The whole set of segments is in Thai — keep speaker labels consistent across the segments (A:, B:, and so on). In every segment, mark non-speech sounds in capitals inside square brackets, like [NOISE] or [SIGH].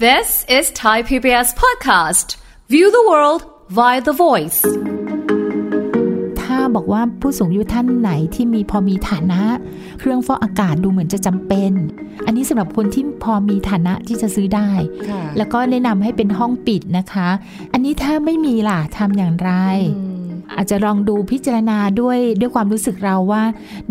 A: This is Thai PBS podcast. View the world via the voice.
B: ถ้าบอกว่าผู้สูงอายุท่านไหนที่มีพอมีฐานะ เครื่องฟอกอากาศดูเหมือนจะจำเป็น อันนี้สำหรับคนที่พอมีฐานะที่จะซื้อได้
C: ค่ะ
B: แล้วก็แนะนำให้เป็นห้องปิดนะคะ อันนี้ถ้าไม่มีล่ะทำอย่างไร อาจจะลองดูพิจารณาด้วยด้วยความรู้สึกเราว่า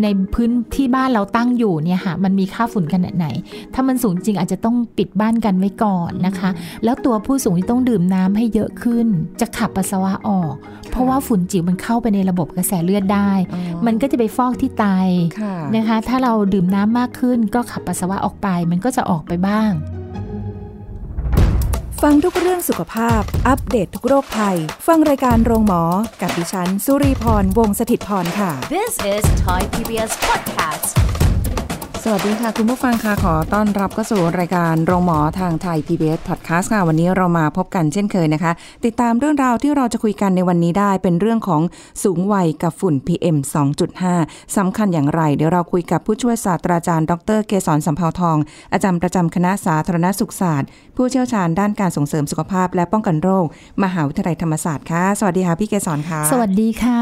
B: ในพื้นที่บ้านเราตั้งอยู่เนี่ยค่ะมันมีค่าฝุ่นขนาดไหน ถ้ามันสูงจริงอาจจะต้องปิดบ้านกันไว้ก่อนนะคะ แล้วตัวผู้สูงที่ต้องดื่มน้ำให้เยอะขึ้น จะขับปัสสาวะออก เพราะว่าฝุ่นจิ๋วมันเข้าไปในระบบกระแสเลือดได้
C: อ๋อ
B: มันก็จะไปฟอกที่ไต
C: ค่ะ
B: นะคะ ถ้าเราดื่มน้ำมากขึ้นก็ขับปัสสาวะออกไป มันก็จะออกไปบ้าง
C: ฟังทุกเรื่องสุขภาพ อัปเดตททุกโรคภัย ฟังรายการโรงหมอ กับดิฉัน สุรีพร วงศสถิตพรค่ะ
A: This is Thai PBS podcast.
C: สวัสดีค่ะ คุณผู้ฟังค่ะ ขอต้อนรับเข้าสู่รายการโรงหมอทางไทย PBS Podcast ค่ะ วันนี้เรามาพบกันเช่นเคยนะคะ ติดตามเรื่องราวที่เราจะคุยกันในวันนี้ได้เป็นเรื่องของสูงวัยกับฝุ่น PM 2.5 สำคัญอย่างไร เดี๋ยวเราคุยกับผู้ช่วยศาสตราจารย์ดรเกษรสัมเภาทอง อาจารย์ประจำคณะสาธารณสุขศาสตร์ ผู้เชี่ยวชาญด้านการส่งเสริมสุขภาพ และป้องกันโรค มหาวิทยาลัยธรรมศาสตร์ค่ะ สวัสดีค่ะพี่เกษรค่ะ
B: สวัสดีค่ะ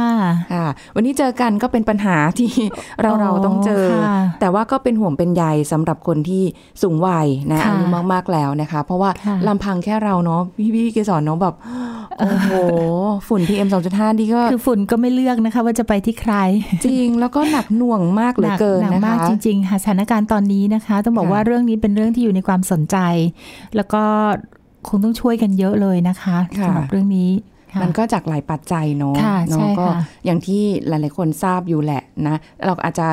C: ค่ะวันนี้เจอกันก็เป็นปัญหาที่ [LAUGHS] เรา
B: อ๋อ
C: เราต้องเจอ
B: ค่ะ
C: แต่ว่าก็เป็นห่วงเป็นใยสำหรับคนที่สูงวัยนะ
B: ค่ะ
C: อายุมากๆแล้วนะคะ เพราะว่า
B: ค่ะ
C: ลำพังแค่เราเนาะพี่พี่เกสรเนาะแบบ โอ้โห ฝุ่น PM 2.5 นี่ก็
B: คือฝุ่นก็ไม่เลือกนะคะว่าจะไปที่ใคร
C: จริงแล้วก็หนักหน่วงมากเหลือเกิน
B: หนั
C: นะ
B: มาก
C: คะ
B: จริงๆค่ะสถานการณ์ตอนนี้นะคะ ต้องบอก
C: ค่ะ
B: ว่าเรื่องนี้เป็นเรื่องที่อยู่ในความสนใจ แล้วก็คงต้องช่วยกันเยอะเลยนะคะสำหรับเรื่องนี้ค่ะ
C: มันก็จากหลายปัจจัยเนาะ
B: ค่ะ
C: เนาะ
B: ใช่
C: ก็
B: ค่ะ
C: อย่างที่หลาย ๆ คนทราบอยู่แหละนะ เราอาจจะ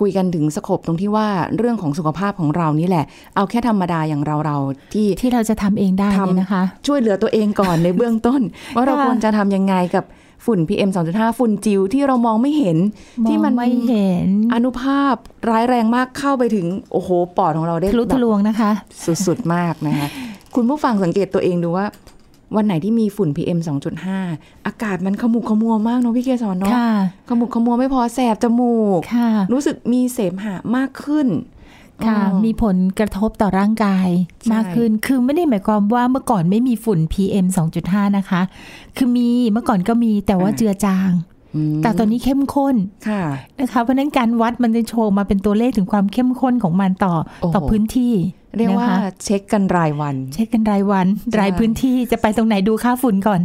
C: คุยกันถึงสโคปตรงที่ว่าเรื่องของสุขภาพของเรานี่แหละ เอาแค่ธรรมดาอย่างเราเราๆที่
B: ที่เราจะทำเองได้เนี่ยนะคะ
C: ช่วยเหลือตัวเองก่อนใน [LAUGHS] เบื้องต้น ว่าเรา
B: ค่ะ
C: ควรจะทำยังไงกับฝุ่น PM 2.5 ฝุ่นจิ๋วที่เรามองไม่เห็น ที่มัน
B: องไม่เห็น
C: อนุภาพร้ายแรงมากเข้าไปถึง โอ้โห ปอดของเราได้
B: ทะลุ
C: แบบ
B: ทะลวงนะคะ
C: สุด ๆ มากนะคะ คุณผู้ฟังสังเกตตัวเองดูว่า วันไหนที่มีฝุ่น PM 2.5 อากาศมันขมุกขมัวมากเนาะพี่เกสรเนาะ
B: ค่ะ
C: ขมุกขมัวไม่พอแสบจมูก
B: ค่ะ
C: รู้สึกมีเสมหะมากขึ้น
B: ค่ะ
C: อ๋อ
B: มีผลกระทบต่อร่างกาย
C: ใช่
B: มากขึ้น คือไม่ได้หมายความว่าเมื่อก่อนไม่มีฝุ่น PM 2.5 นะคะ คือมีเมื่อก่อนก็มีแต่ว่าเจือจาง
C: อืม
B: แต่ตอนนี้เข้มข้น
C: ค่ะ
B: นะคะ เพราะฉะนั้นการวัดมันจะโชว์มาเป็นตัวเลขถึงความเข้มข้นของมันต่อ
C: โอ้โห
B: ต่อพื้นที่
C: เรียกว่า
B: นะคะ
C: เช็คกันรายวัน
B: เช็คกันรายวัน
C: ใช่
B: รายพื้นที่จะไปตรงไหนดูค่าฝุ่นก่อน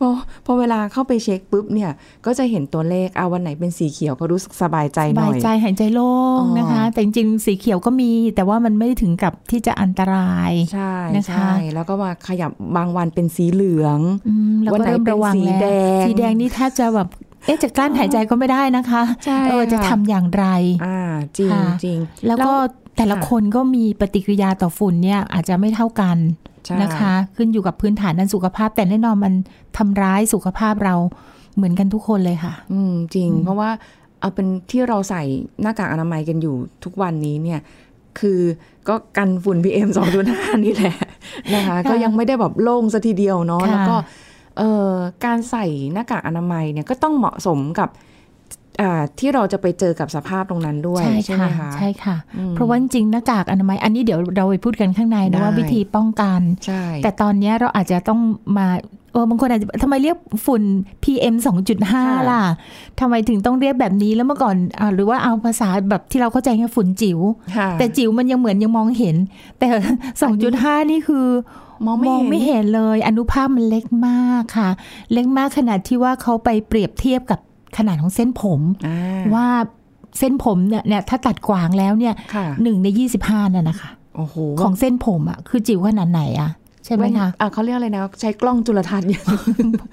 C: พอพอเวลาเข้าไปเช็คปุ๊บเนี่ย ก็จะเห็นตัวเลขเอาวันไหนเป็นสีเขียวก็รู้สึกสบายใจ
B: ส
C: หน่
B: บา
C: อย ย
B: ใจหายใจโล่ง
C: อ๋อ
B: นะคะ แต่จริงๆสีเขียวก็มี แต่ว่ามันไม่ได้ถึงกับที่จะอันตราย
C: ใช่
B: นะคะ
C: ใช่แล้วก็มาขยับบางวันเป็นสีเหลือง
B: อืมแล้ว
C: วัน
B: ก็
C: ไหน
B: เริ่มระวัง
C: เป็นสี
B: ล้ว
C: แดง
B: สีแดงนี่แทบจะแบบเอ๊ะจะกลั้นหายใจก็ไม่ได้นะคะ
C: ใช่
B: เออจะ
C: ค่ะ
B: ทำอย่างไร
C: อ่าจริง
B: ค่ะ
C: จริง
B: แล้วก็แต่ละ
C: ค่ะ
B: คนก็มีปฏิกิริยาต่อฝุ่นเนี่ยอาจจะไม่เท่ากัน
C: ใช่
B: นะคะ ขึ้นอยู่กับพื้นฐานด้านสุขภาพ แต่แน่นอนมันทำร้ายสุขภาพเราเหมือนกันทุกคนเลยค่ะ
C: อืมจริง เพราะว่าเอาเป็นที่เราใส่หน้ากากอนามัยกันอยู่ทุกวันนี้เนี่ย คือก็กันฝุ่น PM 2.5 นี่แหละนะคะ ก็ยังไม่ได้แบบโล่งซะทีเดียวเนาะ
B: ค่ะ
C: แล้วก็เอ่อการใส่หน้ากากอนามัยเนี่ยก็ต้องเหมาะสมกับอ่าที่เราจะไปเจอกับสภาพตรงนั้นด้วยใช่ไหมคะ
B: ใช่ค่ะ
C: อืม
B: เพราะว่าจริงๆหน้ากากอนามัยอันนี้เดี๋ยวเราไปพูดกันข้างใน
C: ได้
B: นะว่าวิธีป้องกัน
C: ใช่
B: แต่ตอนเนี้ยเราอาจจะต้องมาเออบางคนอาจจะทำไมเรียกฝุ่น PM 2.5 ล่ะทำไมถึงต้องเรียกแบบนี้แล้วเมื่อก่อนอาหรือว่าเอาภาษาแบบที่เราเข้าใจแค่ฝุ่นจิว๋ว
C: ค่ะ
B: แต่จิ๋วมันยังเหมือนยังมองเห็น แต่ [LAUGHS] 2.5 นี่คือ
C: มอง
B: มอง
C: ไม่
B: ไม่
C: เห็น
B: เห็นเลย อนุภาคมันเล็กมากค่ะ เล็กมากขนาดที่ว่าเขาไปเปรียบเทียบกับขนาดของเส้นผม
C: อ่า
B: ว่าเส้นผมเนี่ยเนี่ยถ้าตัดกวางแล้วเนี่ย
C: ค่ะ
B: หนึ่งใน 25นั่นนะคะ
C: โอ้โห
B: ของเส้นผมอ่ะคือจิ๋วขนาดไหนอ่ะใช่ไหมคะ
C: อ่าเขาเรียกอะไรนะ ใช้กล้องจุลท
B: [LAUGHS]
C: รรศน์อย่าง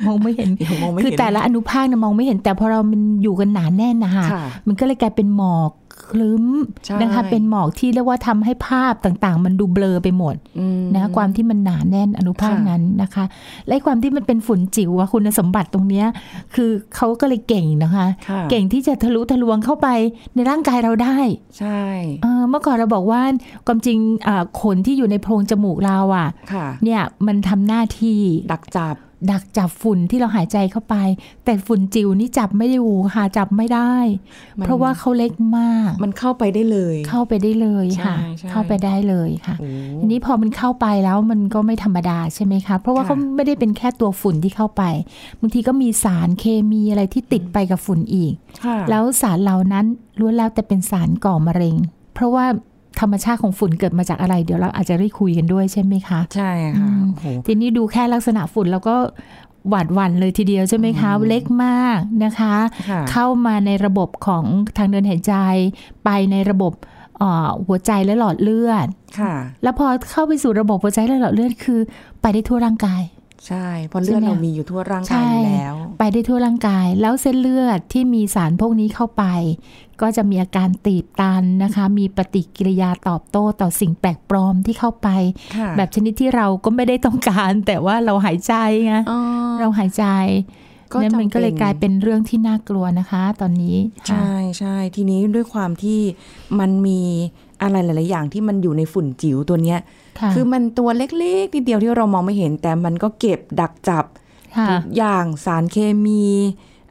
B: มองไม่เห็น
C: เดียวมองไม่เห็น
B: คือแต่ละอนุภาคเนี่ยมองไม่เห็นแต่พอเรามันอยู่กันหนาแน่นนะคะ
C: ค่ะ
B: มันก็เลยกลายเป็นหมอกคลึ้ม
C: ใช่
B: นะคะ เป็นหมอกที่เรียกว่าทำให้ภาพต่างๆ มันดูเบลอไปหมด
C: อืม
B: นะความที่มันหนาแน่นอนุภาค
C: ค่ะ
B: นั้นนะคะ และไอ้ความที่มันเป็นฝุ่นจิ๋วอะคุณสมบัติตรงเนี้ยคือเขาก็เลยเก่งนะคะ
C: ค่ะ
B: เก่งที่จะทะลุทะลวงเข้าไปในร่างกายเราได้
C: ใช่
B: เออเมื่อก่อนเราบอกว่าความจริงอ่าขนที่อยู่ในโพรงจมูกเราอะ
C: ค่ะ
B: เนี่ยมันทำหน้าที่
C: ดักจับ
B: ดักจับฝุ่นที่เราหายใจเข้าไป แต่ฝุ่นจิ๋วนี่จับไม่ได้หูค่ะจับไม่ได้
C: มัน
B: เพราะว่าเขาเล็กมาก
C: มันเข้าไปได้เลย
B: เข้าไปได้เลยค่ะ
C: ใช่ใช่
B: เข้าไปได้เลยค่ะ
C: โอ้
B: ทีนี้พอมันเข้าไปแล้วมันก็ไม่ธรรมดาใช่ไหมคะ เพราะว่า
C: ค่ะ
B: เขาไม่ได้เป็นแค่ตัวฝุ่นที่เข้าไปบางทีก็มีสารเคมีอะไรที่ติดไปกับฝุ่นอีก
C: ค่ะ
B: แล้วสารเหล่านั้นล้วนแล้วแต่เป็นสารก่อมะเร็ง เพราะว่าธรรมชาติของฝุ่นเกิดมาจากอะไร เดี๋ยวเราอาจจะได้คุยกันด้วยใช่ไหมคะ
C: ใช่ค่ะ
B: อืม
C: โอ้โห
B: ทีนี้ดูแค่ลักษณะฝุ่นแล้วก็หวาดหวั่นเลยทีเดียวใช่ไหมคะ เล็กมากนะคะ
C: ค่ะ
B: เข้ามาในระบบของทางเดินหายใจ ไปในระบบเอ่อหัวใจและหลอดเลือด
C: ค่ะ
B: แล้วพอเข้าไปสู่ระบบหัวใจและหลอดเลือดคือ ไปได้ทั่วร่างกาย
C: ใช่เพราะเลือด
B: ใช่ไหม
C: เรามีอยู่ทั่วร่างกายอยู่
B: ใช่
C: แล้ว
B: ไปได้ทั่วร่างกาย แล้วเส้นเลือดที่มีสารพวกนี้เข้าไป ก็จะมีอาการตีบตันนะคะ มีปฏิกิริยาตอบโต้ต่อสิ่งแปลกปลอมที่เข้าไป
C: ค่ะ
B: แบบชนิดที่เราก็ไม่ได้ต้องการ แต่ว่าเราหายใจไง
C: อ๋อ
B: เราหายใจ
C: ก็
B: นั่นมัน
C: จำเป็น
B: ก็เลยกลายเป็นเรื่องที่น่ากลัวนะคะ ตอนนี้ค่ะ
C: ใช่ใช่ทีนี้ด้วยความที่มันมีอะไรหลาย ๆ อย่างที่มันอยู่ในฝุ่นจิ๋วตัวเนี้ย
B: ค่ะ
C: คือมันตัวเล็ก ๆ นิดเดียวที่เรามองไม่เห็น แต่มันก็เก็บดักจับ
B: ค่ะ
C: ทุกอย่างสารเคมี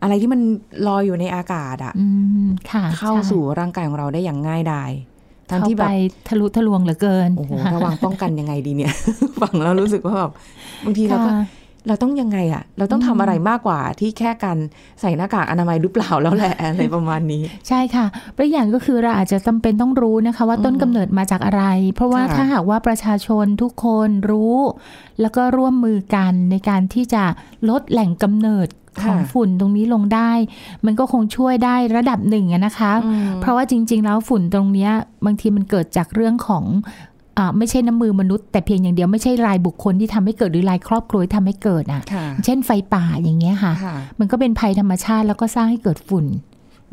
C: อะไรที่มันลอยอยู่ในอากาศอะ
B: อืมค่ะ
C: เข้า
B: ใช่
C: สู่ร่างกายของเราได้อย่างง่ายดายทั้ง
B: เข้า
C: ที่แบ
B: ไป
C: บ
B: ทะลุทะลวงเหลือเกิน
C: โอ้โหระวังป้องกันยังไงดีเนี่ย [LAUGHS] ฟังแล้วรู้สึกว่าแบบบางทีเราก็
B: ค่ะ
C: เราต้องยังไงอะเราต้องทำอะไรมากกว่าที่แค่การใส่หน้ากากอนามัยหรือเปล่าแล้วแหละ [LAUGHS] อะไรประมาณนี้
B: ใช่ค่ะประอย่างก็คือเราอาจจะจำเป็นต้องรู้นะคะ ว่าต้นกำเนิดมาจากอะไร เพราะว่า
C: ค่ะ
B: ถ้าหากว่าประชาชนทุกคนรู้ แล้วก็ร่วมมือกันในการที่จะลดแหล่งกำเนิดของ
C: ค่ะ
B: ฝุ่นตรงนี้ลงได้ มันก็คงช่วยได้ระดับหนึ่งอะนะคะ เพราะว่าจริง ๆ แล้วฝุ่นตรงเนี้ยบางทีมันเกิดจากเรื่องของอ่าไม่ใช่น้ำมือมนุษย์แต่เพียงอย่างเดียวไม่ใช่รายบุคคลที่ทำให้เกิดหรือรายครอบครัวที่ทำให้เกิดอ่ะ
C: ค่ะ
B: เช่นไฟป่าอย่างเงี้ยค่ะ
C: ค่ะ
B: มันก็เป็นภัยธรรมชาติแล้วก็สร้างให้เกิดฝุ่น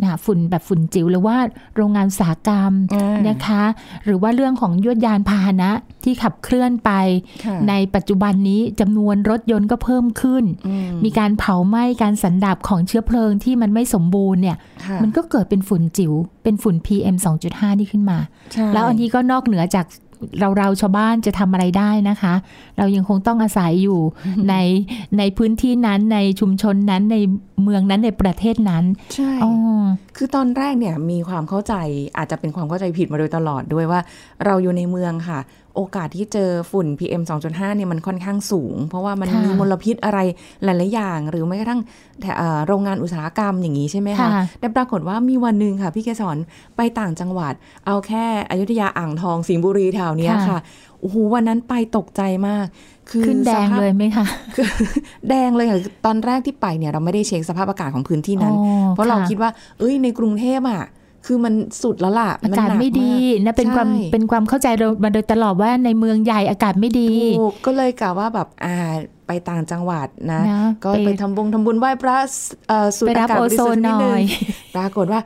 B: นะคะฝุ่นแบบฝุ่นจิ๋วหรือว่าโรงงานอุตสาหกรรม
C: อ่าน
B: นะคะ หรือว่าเรื่องของยวดยานพาหนะที่ขับเคลื่อนไป
C: ค่ะ
B: ในปัจจุบันนี้จำนวนรถยนต์ก็เพิ่มขึ้น
C: อืม
B: มีการเผาไหม้การสันดาบของเชื้อเพลิงที่มันไม่สมบูรณ์เนี่ย
C: ค่ะ
B: มันก็เกิดเป็นฝุ่นจิ๋วเป็นฝุ่น PM 2.5 นี่ขึ้นมา
C: ใช่
B: แล้วอันนี้ก็นอกเหนือจากเราเราชาวบ้านจะทำอะไรได้นะคะ เรายังคงต้องอาศัยอยู่ ในในพื้นที่นั้นในชุมชนนั้นในเมืองนั้นในประเทศนั้น
C: ใช่
B: อ๋อ
C: คือตอนแรกเนี่ยมีความเข้าใจอาจจะเป็นความเข้าใจผิดมาโดยตลอดด้วยว่า เราอยู่ในเมืองค่ะ โอกาสที่เจอฝุ่น PM 2.5เนี่ยมันค่อนข้างสูง เพราะว่ามันมีมลพิษอะไรหลาย ๆ อย่าง หรือแม้กระทั่งแถเอ่อโรงงานอุตสาหกรรมอย่างนี้ใช่ไหม
B: ค่ะ
C: คะ แต่ปรากฏว่ามีวันหนึ่งค่ะ พี่เกสรไปต่างจังหวัด เอาแค่อยุธยาอ่างทองสิงห์บุรีแถวเนี้ย
B: ค่ะ
C: ค่ะโอ้โหวันนั้นไปตกใจมาก คือ
B: ขึ้นแดง
C: สภาพ
B: เลยไหมคะ
C: คือ [LAUGHS] แดงเลยค่ะตอนแรกที่ไปเนี่ยเราไม่ได้เช็คสภาพอากาศของพื้นที่นั้น
B: อ๋อ
C: เพราะเรา
B: ะ
C: คิดว่า เอ้ยในกรุงเทพอ่ะ คือมันสุดแล้วล่ะ
B: อากาศ
C: นหนั
B: ไม่ดี
C: ม
B: นะเป็นความ
C: ใช่
B: เป็นความเข้าใจเรามาโดยตลอดว่าในเมืองใหญ่อากาศไม่ดี
C: กถูกก็เลยกะว่าแบบอ่าไปต่างจังหวัดนะ
B: นะ
C: ก็
B: ไป
C: ไปทำบงทำบุญไหว้พระเอ่อสูด
B: ไปรั
C: อา
B: บ
C: กาศ
B: โอบ
C: ริ
B: โซ
C: สุท
B: น
C: ธิ์
B: ห
C: นิด
B: น่
C: นึ
B: อง ย
C: ปรากฏว่า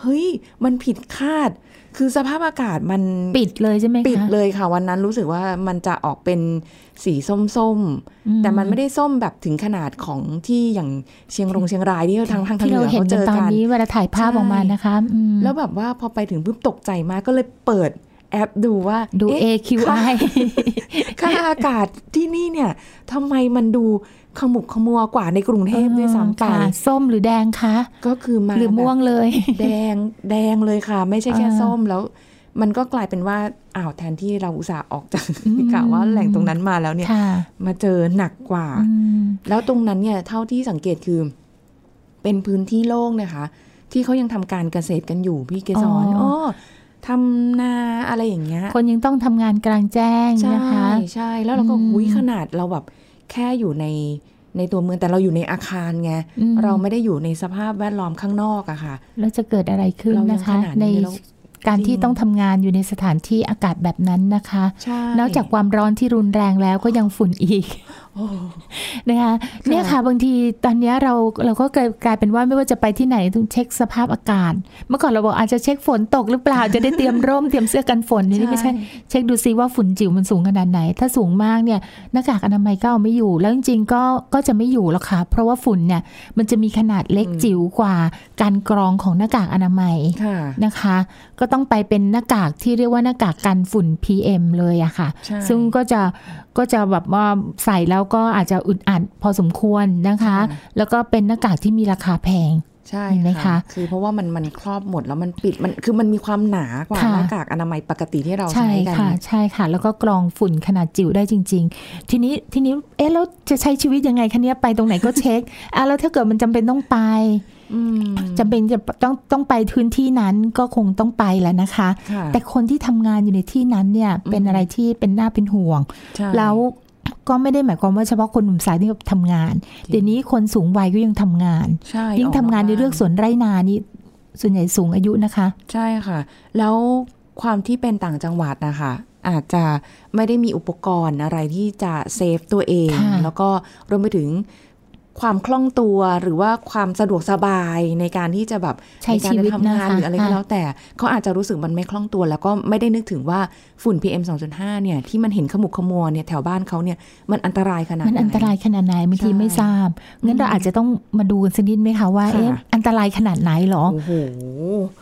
C: เฮ้ย มันผิดคาด คือสภาพอากาศมัน
B: ปิดเลยใช่ไหมคะ
C: ปิดเลยค่ะ วันนั้นรู้สึกว่ามันจะออกเป็นสีส้มๆ
B: อื
C: แต่มันไม่ได้ส้มแบบถึงขนาดของที่อย่างเชียงรงเชียงรายที่ทางทางทาง
B: ที่
C: เห
B: เรา
C: นือ
B: เห็น
C: เขา
B: กั
C: เจ
B: น
C: อ
B: ตอน
C: กัน
B: นี้เวลาถ่ายภาพ
C: ใช่
B: ออกมานะคะอืม
C: แล้วแบบว่าพอไปถึงปุ๊บตกใจมากก็เลยเปิดแอปดูว่า
B: ดู
C: เอ๊ะ
B: AQI [LAUGHS]
C: ค่าอากาศที่นี่เนี่ยทำไมมันดูขมุกขมัวกว่าในกรุงเทพด้วยซ้ำไป
B: ค่ะส้มหรือแดงคะ
C: ก็คือมา
B: หรือม่วง
C: แบบ
B: เลย
C: แดงแดงเลยค่ะ ไม่ใช่แค่
B: อ่า
C: ส้มแล้ว มันก็กลายเป็นว่าอ้าวแทนที่เราอุตส่าห์ออกจาก
B: อืม
C: กะว่าแหล่งตรงนั้นมาแล้วเนี่ย
B: ค่ะ
C: มาเจอหนักกว่า
B: อืม
C: แล้วตรงนั้นเนี่ยเท่าที่สังเกตคือ เป็นพื้นที่โล่งนะคะ ที่เขายังทำการเกษตรกันอยู่พี่เกสร
B: อ๋ออ๋
C: อ๋อทำนาอะไรอย่างเงี้ย
B: คนยังต้องทำงานกลางแจ้ง
C: ใช่
B: นะคะ
C: ใช่แล้วเราก็
B: อืม
C: หุยขนาดเราแบบแค่อยู่ในในตัวเมืองแต่เราอยู่ในอาคารไง
B: อืม
C: เราไม่ได้อยู่ในสภาพแวดล้อมข้างนอกอะค่ะ
B: แล้วจะเกิดอะไรขึ้น
C: เรายั
B: นะ
C: ง
B: คะ
C: ขนาด
B: ใน
C: นี้แล้ว
B: การที่
C: จริง
B: ต้องทำงานอยู่ในสถานที่อากาศแบบนั้นนะคะ
C: ใช่
B: นอกจากความร้อนที่รุนแรงแล้วก็ยังฝุ่นอีก
C: โอ้
B: [LAUGHS] นะคะเนี่ยค่ะบางทีตอนเนี้ยเราเราก็กลายกลายเป็นว่าไม่ว่าจะไปที่ไหนต้องเช็คสภาพอากาศ เมื่อก่อนเราบอกอาจจะเช็คฝนตกหรือเปล่า จะได้เตรียมร่มเตรียมเสื้อกันฝนเดี๋ยวนี่ไม่ใช่
C: ใช่
B: เช็คดูซิว่าฝุ่นจิ๋วมันสูงขนาดไหน ถ้าสูงมากเนี่ยหน้ากากอนามัยก็เอาไม่อยู่ แล้วจริงๆก็ก็จะไม่อยู่หรอกค่ะ เพราะว่าฝุ่นเนี่ยมันจะมีขนาดเล็กจิ๋วกว่าการกรองของหน้ากากอนามัย
C: ค่ะ
B: นะคะ ก็ ต้องไปเป็นหน้ากากที่เรียกว่าหน้ากากกันฝุ่น PM เลยอะค่ะ
C: ใช่
B: ซึ่งก็จะก็จะแบบว่าใส่แล้วก็อาจจะอึดอัดพอสมควรนะคะ แล้วก็เป็นหน้ากากที่มีราคาแพง
C: ใช่
B: เห็นไหมคะ
C: คือเพราะว่ามันมันครอบหมดแล้วมันปิดมันคือมันมีความหนากว่า
B: ค่ะ
C: หน้ากากอนามัยปกติที่เราใช้
B: ใช่
C: กัน
B: ค่ะใช่ค่ะ แล้วก็กรองฝุ่นขนาดจิ๋วได้จริง ๆ ทีนี้ทีนี้เอ๊ะแล้วจะใช้ชีวิตยังไงคะเนี้ยไปตรงไหนก็เช็ค [LAUGHS] อ่ะแล้วถ้าเกิดมันจำเป็นต้องไป
C: อืม
B: จำเป็นจะต้องต้องไปพื้นที่นั้นก็คงต้องไปแล้วนะคะ
C: ค่ะ
B: แต่คนที่ทำงานอยู่ในที่นั้นเนี่ยเป็นอะไรที่เป็นน่าเป็นห่วง
C: ใช่
B: แล้วก็ไม่ได้หมายความว่าเฉพาะคนหนุ่มสาวที่ทำงาน
C: จริง
B: เดี๋ยวนี้คนสูงวัยก็ยังทำงาน
C: ใช่
B: ยิ่ง
C: ออก
B: ทำงาน
C: ก
B: ในเรื่องสวนไร่นานี่ส่วนใหญ่สูงอายุนะคะ
C: ใช่ค่ะ แล้วความที่เป็นต่างจังหวัดนะคะอาจจะไม่ได้มีอุปกรณ์อะไรที่จะเซฟตัวเอง
B: ค่ะ
C: แล้วก็รวมไปถึงความคล่องตัวหรือว่าความสะดวกสบายในการที่จะแบบ
B: ใช้ชีวิต
C: ในกา
B: นะ
C: รจะทำ
B: คะ
C: งานหรืออะไรก็
B: อ่ะ
C: แล้วแต่เขาอาจจะรู้สึกมันไม่คล่องตัว แล้วก็ไม่ได้นึกถึงว่าฝุ่น PM 2.5เนี่ยที่มันเห็นขมุกขมัวเนี่ยแถวบ้านเขาเนี่ยมันอันตรายขนาดไหน
B: มันอันตรายขนาดไหนบางที
C: ใช่
B: ไม่ทราบ งั้นเราอาจจะต้องมาดูกันสักนิดไหมคะว่า
C: ค่ะ
B: เอ๊ะอันตรายขนาดไหนเหรอ
C: โอ้โห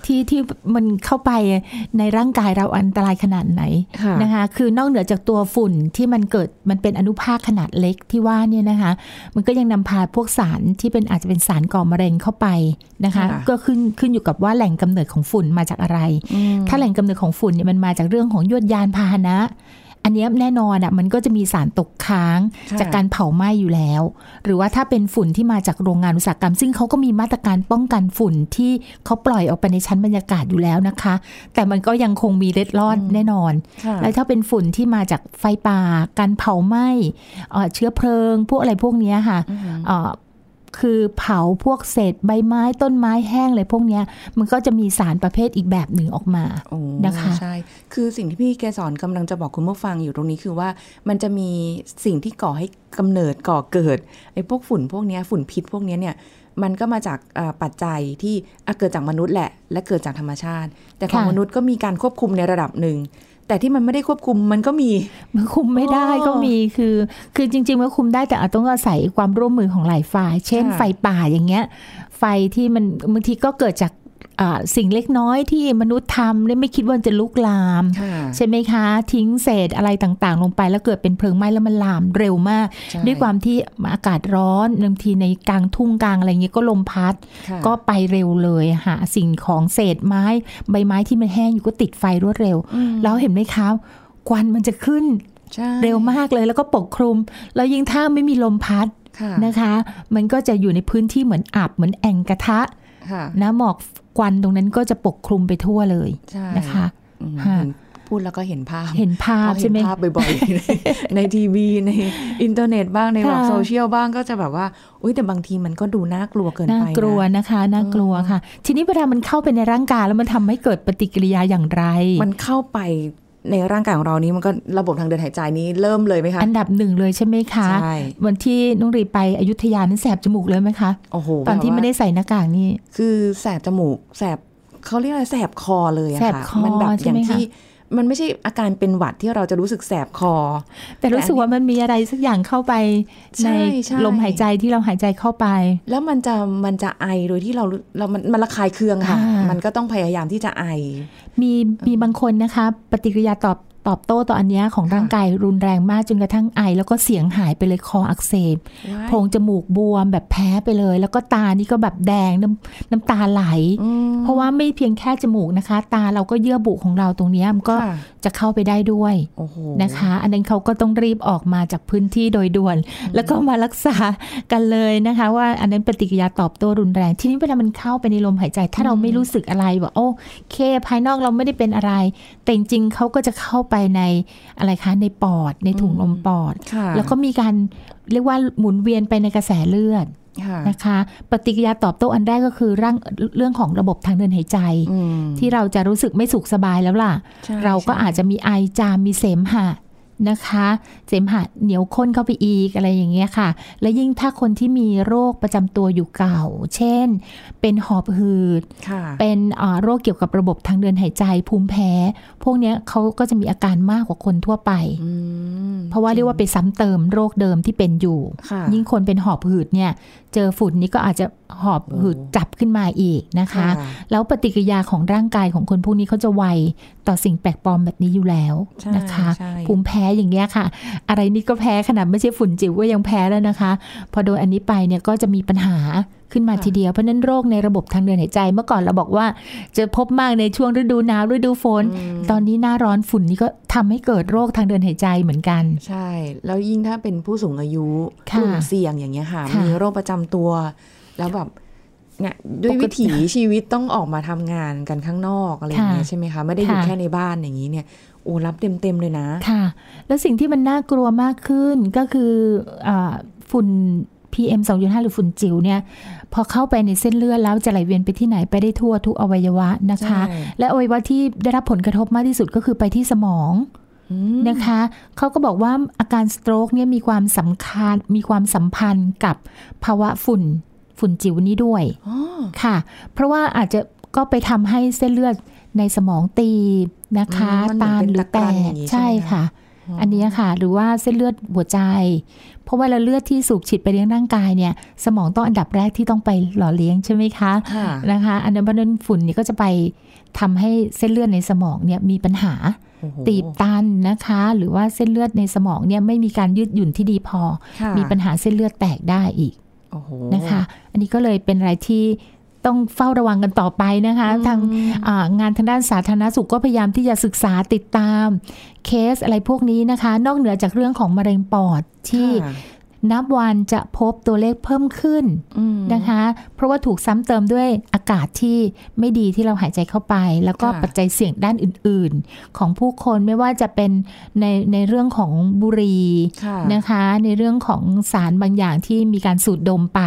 B: ที่ที่มันเข้าไปในร่างกายเราอันตรายขนาดไหน
C: ค่ะ
B: นะคะ คือนอกเหนือจากตัวฝุ่นที่มันเกิดมันเป็นอนุภาคขนาดเล็กที่ว่าเนี่ยนะคะ มันก็ยังนำพาพวกสารที่เป็นอาจจะเป็นสารก่อมะเร็งเข้าไปนะคะ
C: ค่ะ
B: ก็ขึ้นขึ้นอยู่กับว่าแหล่งกำเนิดของฝุ่นมาจากอะไร
C: อืม
B: ถ้าแหล่งกำเนิดของฝุ่นเนี่ยมันมาจากเรื่องของยวดยานพาหนะ อันเนี้ยแน่นอนอ่ะมันก็จะมีสารตกค้าง
C: ค่ะ
B: จากการเผาไหม้อยู่แล้ว หรือว่าถ้าเป็นฝุ่นที่มาจากโรงงานอุตสาหกรรม ซึ่งเขาก็มีมาตรการป้องกันฝุ่นที่เขาปล่อยออกไปในชั้นบรรยากาศอยู่แล้วนะคะ แต่มันก็ยังคงมีเล็ดลอดแน่นอน
C: ค่ะ
B: แล้วถ้าเป็นฝุ่นที่มาจากไฟป่า การเผาไหม้เอ่อเชื้อเพลิง พวกอะไรพวกเนี้ยค่ะเอ่อคือเผาพวกเศษใบไม้ต้นไม้แห้งอะไรพวกเนี้ย มันก็จะมีสารประเภทอีกแบบหนึ่งออกมา
C: โอ้
B: นะคะ
C: ใช่ คือสิ่งที่พี่แกสอนกำลังจะบอกคุณผู้ฟังอยู่ตรงนี้คือว่า มันจะมีสิ่งที่ก่อให้กำเนิดก่อเกิดไอ้พวกฝุ่นพวกเนี้ยฝุ่นพิษพวกเนี้ยเนี่ยมันก็มาจากเอ่อปัจจัยที่อ่ะเกิดจากมนุษย์แหละ และเกิดจากธรรมชาติ แต่ของ
B: ค่ะ
C: มนุษย์ก็มีการควบคุมในระดับหนึ่ง แต่ที่มันไม่ได้ควบคุมมันก็มี
B: มันคุมไม่ได้
C: อ๋อ
B: ก็มีคือ คือจริงๆมันคุมได้แต่อาจต้องอาศัยความร่วมมือของหลายฝ่าย เช่น
C: ค่ะ
B: ไฟป่าอย่างเงี้ย ไฟที่มันบางทีก็เกิดจากอ่าสิ่งเล็กน้อยที่มนุษย์ทำและไม่คิดว่ามันจะลุกลาม
C: ค่ะ
B: ใช่ไหมคะ ทิ้งเศษอะไรต่างๆ ลงไปแล้วเกิดเป็นเพลิงไหม้แล้วมันลามเร็วมาก
C: ใช่
B: ด้วยความที่อากาศร้อนบางทีในกลางทุ่งกลางอะไรเงี้ยก็ลมพัด
C: ค่ะ
B: ก็ไปเร็วเลยหาสิ่งของเศษไม้ ใบไม้ที่มันแห้งอยู่ก็ติดไฟรวดเร็ว แล้วเห็นไหมคะควันมันจะขึ้น
C: ใช่
B: เร็วมากเลยแล้วก็ปกคลุม แล้วยิ่งถ้าไม่มีลมพัด
C: ค่ะ
B: นะคะ มันก็จะอยู่ในพื้นที่เหมือนอับเหมือนแอ่งกระทะ
C: ค่ะ
B: นะหมอกควันตรงนั้นก็จะปกคลุมไปทั่วเลย
C: ใช่
B: นะคะ
C: อืม
B: ค่ะ
C: พูดแล้วก็เห็นภาพ
B: เห็นภาพ
C: เราเห็
B: ใช่
C: น
B: ไหม
C: ภาพบ่อยๆใน [LAUGHS] ในทีวีในอินเทอร์เน็ตบ้างในแบบ
B: ค่ะ
C: โซเชียลบ้างก็จะแบบว่า อุ้ยแต่บางทีมันก็ดูน่ากลัวเกิน
B: น่า
C: ไป
B: กลัว
C: นะ
B: นะคะน่ากลัวค่ะ ทีนี้เวลามันเข้าไปในร่างกายแล้วมันทำให้เกิดปฏิกิริยาอย่างไร
C: มันเข้าไปในร่างกายของเรานี้มันก็ระบบทางเดินหายใจนี้เริ่มเลยไหมคะ
B: อันดับหนึ่งเลยใช่ไหมคะ
C: ใช่
B: วันที่น้องรีไปอยุธยานั้นแสบจมูกเลยไหมคะ
C: โอ้โห
B: ตอนที่
C: แบบว่า
B: ไม่ได้ใส่หน้ากากนี่
C: คือแสบจมูกแสบเขาเรียกอะไรแสบคอเลยอะ
B: แสบค
C: ค่ะ
B: อ
C: มันแบบ
B: ใช่
C: อ
B: ไหม
C: ย่าง
B: คะ
C: ที่มันไม่ใช่อาการเป็นหวัดที่เราจะรู้สึกแสบคอ
B: แต่รู้สึกว่ามันมีอะไรสักอย่างเข้าไป
C: ใช่
B: ใน
C: ใช่
B: ลมหายใจที่เราหายใจเข้าไป
C: แล้วมันจะมันจะไอโดยที่เราเรามันมันระคายเคืองค่ะ
B: อ่ามั
C: มันก็ต้องพยายามที่จะไอ
B: มีมีบางคนนะคะ ปฏิกิริยาตอบตอบโต้ต่ออันเนี้ยของ
C: ค่ะ
B: ร่างกายรุนแรงมากจนกระทั่งไอ แล้วก็เสียงหายไปเลยคออักเสบ โพรงจมูกบวมแบบแพ้ไปเลย แล้วก็ตานี่ก็แบบแดงน้ำน้ำตาไหล
C: อืม
B: เพราะว่าไม่เพียงแค่จมูกนะคะ ตาเราก็เยื่อบุของเราตรงเนี้ยมันก็
C: ค่ะ
B: จะเข้าไปได้ด้วย
C: โอ้โห
B: นะคะ อันนั้นเขาก็ต้องรีบออกมาจากพื้นที่โดยด่วน แล้วก็มารักษากันเลยนะคะ ว่าอันนั้นปฏิกิริยาตอบโต้รุนแรงทีนี้เวลามันเข้าไปในลมหายใจ ถ้าเราไม่รู้สึกอะไรว่าโอเคภายนอกเราไม่ได้เป็นอะไร แต่จริงๆเขาก็จะเข้าไปในอะไรคะในปอด ในถุงลมปอด
C: ค่ะ
B: แล้วก็มีการเรียกว่าหมุนเวียนไปในกระแสเลือด
C: ค่ะ
B: นะคะ ปฏิกิริยาตอบโต้อันแรกก็คือร่างเรื่องของระบบทางเดินหายใจ
C: อืม
B: ที่เราจะรู้สึกไม่สุขสบายแล้วล่ะ
C: ใช่
B: เราก็
C: ใช่
B: อาจจะมีไอจามมีเสมหะนะคะ เสมหะเหนียวข้นเข้าไปอีกอะไรอย่างเงี้ยค่ะ และยิ่งถ้าคนที่มีโรคประจำตัวอยู่เก่า เช่น เป็นหอบหืด
C: ค่ะ
B: เป็นเอ่อโรคเกี่ยวกับระบบทางเดินหายใจภูมิแพ้ พวกเนี้ยเขาก็จะมีอาการมากกว่าคนทั่วไป
C: อืม
B: เพ ราะว่าเรียกว่าไปซ้ำเติมโรคเดิมที่เป็นอยู่
C: ค่ะ
B: ยิ่งคนเป็นหอบหืดเนี่ย เจอฝุ่นนี้ก็อาจจะหอบหืด
C: โอ้
B: จับขึ้นมาอีกนะคะ แล้วปฏิกิริยาของร่างกายของคนพวกนี้เขาจะไวต่อสิ่งแปลกปลอมแบบนี้อยู่แล้ว
C: ใช่
B: นะคะ
C: ใช่
B: ภูมิแพ้อย่างเงี้ยค่ะ อะไรนี่ก็แพ้ขนาดไม่ใช่ฝุ่นจิ๋วก็ยังแพ้แล้วนะคะ พอโดนอันนี้ไปเนี่ยก็จะมีปัญหาขึ้นมา
C: ค่ะ
B: ทีเดียวเพราะฉะนั้นโรคในระบบทางเดินหายใจ เมื่อก่อนเราบอกว่าจะพบมากในช่วงฤดูหนาวฤดูฝน
C: ม
B: ตอนนี้หน้าร้อนฝุ่นนี่ก็ทำให้เกิดโรคทางเดินหายใจเหมือนกัน
C: ใช่ แล้วยิ่งถ้าเป็นผู้สูงอายุ
B: ค่ะ
C: กลุ่มเสี่ยงอย่างเงี้ยค่ะ
B: ค่ะ
C: มีโรคประจำตัว แล้วแบบเนี่ยด้วย
B: ปกติ
C: วิถีชีวิตต้องออกมาทำงานกันข้างนอกอะไรอย่างเงี้ย
B: ค่ะ
C: ใช่ไหมคะ ไม่ได้อยู่
B: ค่ะ
C: แค่ในบ้านอย่างนี้เนี่ย โอ้รับเต็มเต็มๆเลยนะ
B: ค่ะ แล้วสิ่งที่มันน่ากลัวมากขึ้นก็คืออาฝุ่น PM 2.5 หรือฝุ่นจิ๋วเนี่ย พอเข้าไปในเส้นเลือดแล้วจะไหลเวียนไปที่ไหนไปได้ทั่วทุกอวัยวะนะคะ
C: ใช่
B: และอวัยวะที่ได้รับผลกระทบมากที่สุดก็คือไปที่สมอง
C: อืม
B: นะคะเขาก็บอกว่าอาการสโตรกเนี่ยมีความสำคัญมีความสัมพันธ์กับภาวะฝุ่นฝุ่นจิ๋วนี้ด้วย
C: อ๋อ
B: ค่ะ เพราะว่าอาจจะก็ไปทำให้เส้นเลือดในสมองตีบนะคะ
C: อืมมันเหมือน
B: ตาม
C: เป็น
B: หรือ
C: ตะก
B: แต
C: รันอก ย่างนี้ใช่
B: ใช่
C: ไหมคะ
B: ค่ะ อันเนี้ยค่ะ หรือว่าเส้นเลือดหัวใจ เพราะว่าเราเลือดที่สูบฉีดไปเลี้ยงร่างกายเนี่ย สมองต้องอันดับแรกที่ต้องไปหล่อเลี้ยงใช่ไหมคะ
C: ค่ะ
B: นะคะ อันนั้นเพราะฉะนั้นฝุ่นนี่ก็จะไปทำให้เส้นเลือดในสมองเนี่ยมีปัญหา
C: โอ้โห
B: ตีบตันนะคะ หรือว่าเส้นเลือดในสมองเนี่ยไม่มีการยืดหยุ่นที่ดีพอ
C: ค่ะ
B: มีปัญหาเส้นเลือดแตกได้อีก
C: โอ้โห
B: นะคะ อันนี้ก็เลยเป็นอะไรที่ต้องเฝ้าระวังกันต่อไปนะคะ ทางอ่างานทางด้านสาธารณสุขก็พยายามที่จะศึกษาติดตาม เคสอะไรพวกนี้นะคะ นอกเหนือจากเรื่องของมะเร็งปอดที่
C: ค่ะ
B: นับวันจะพบตัวเลขเพิ่มขึ้น
C: อืม
B: นะคะ เพราะว่าถูกซ้ำเติมด้วยอากาศที่ไม่ดีที่เราหายใจเข้าไป แล้วก็
C: ค่ะ
B: ปัจจัยเสี่ยงด้านอื่นๆ ของผู้คนไม่ว่าจะเป็นในในเรื่องของบุหรี่
C: ค่ะ
B: นะคะในเรื่องของสารบางอย่างที่มีการสูดดมไป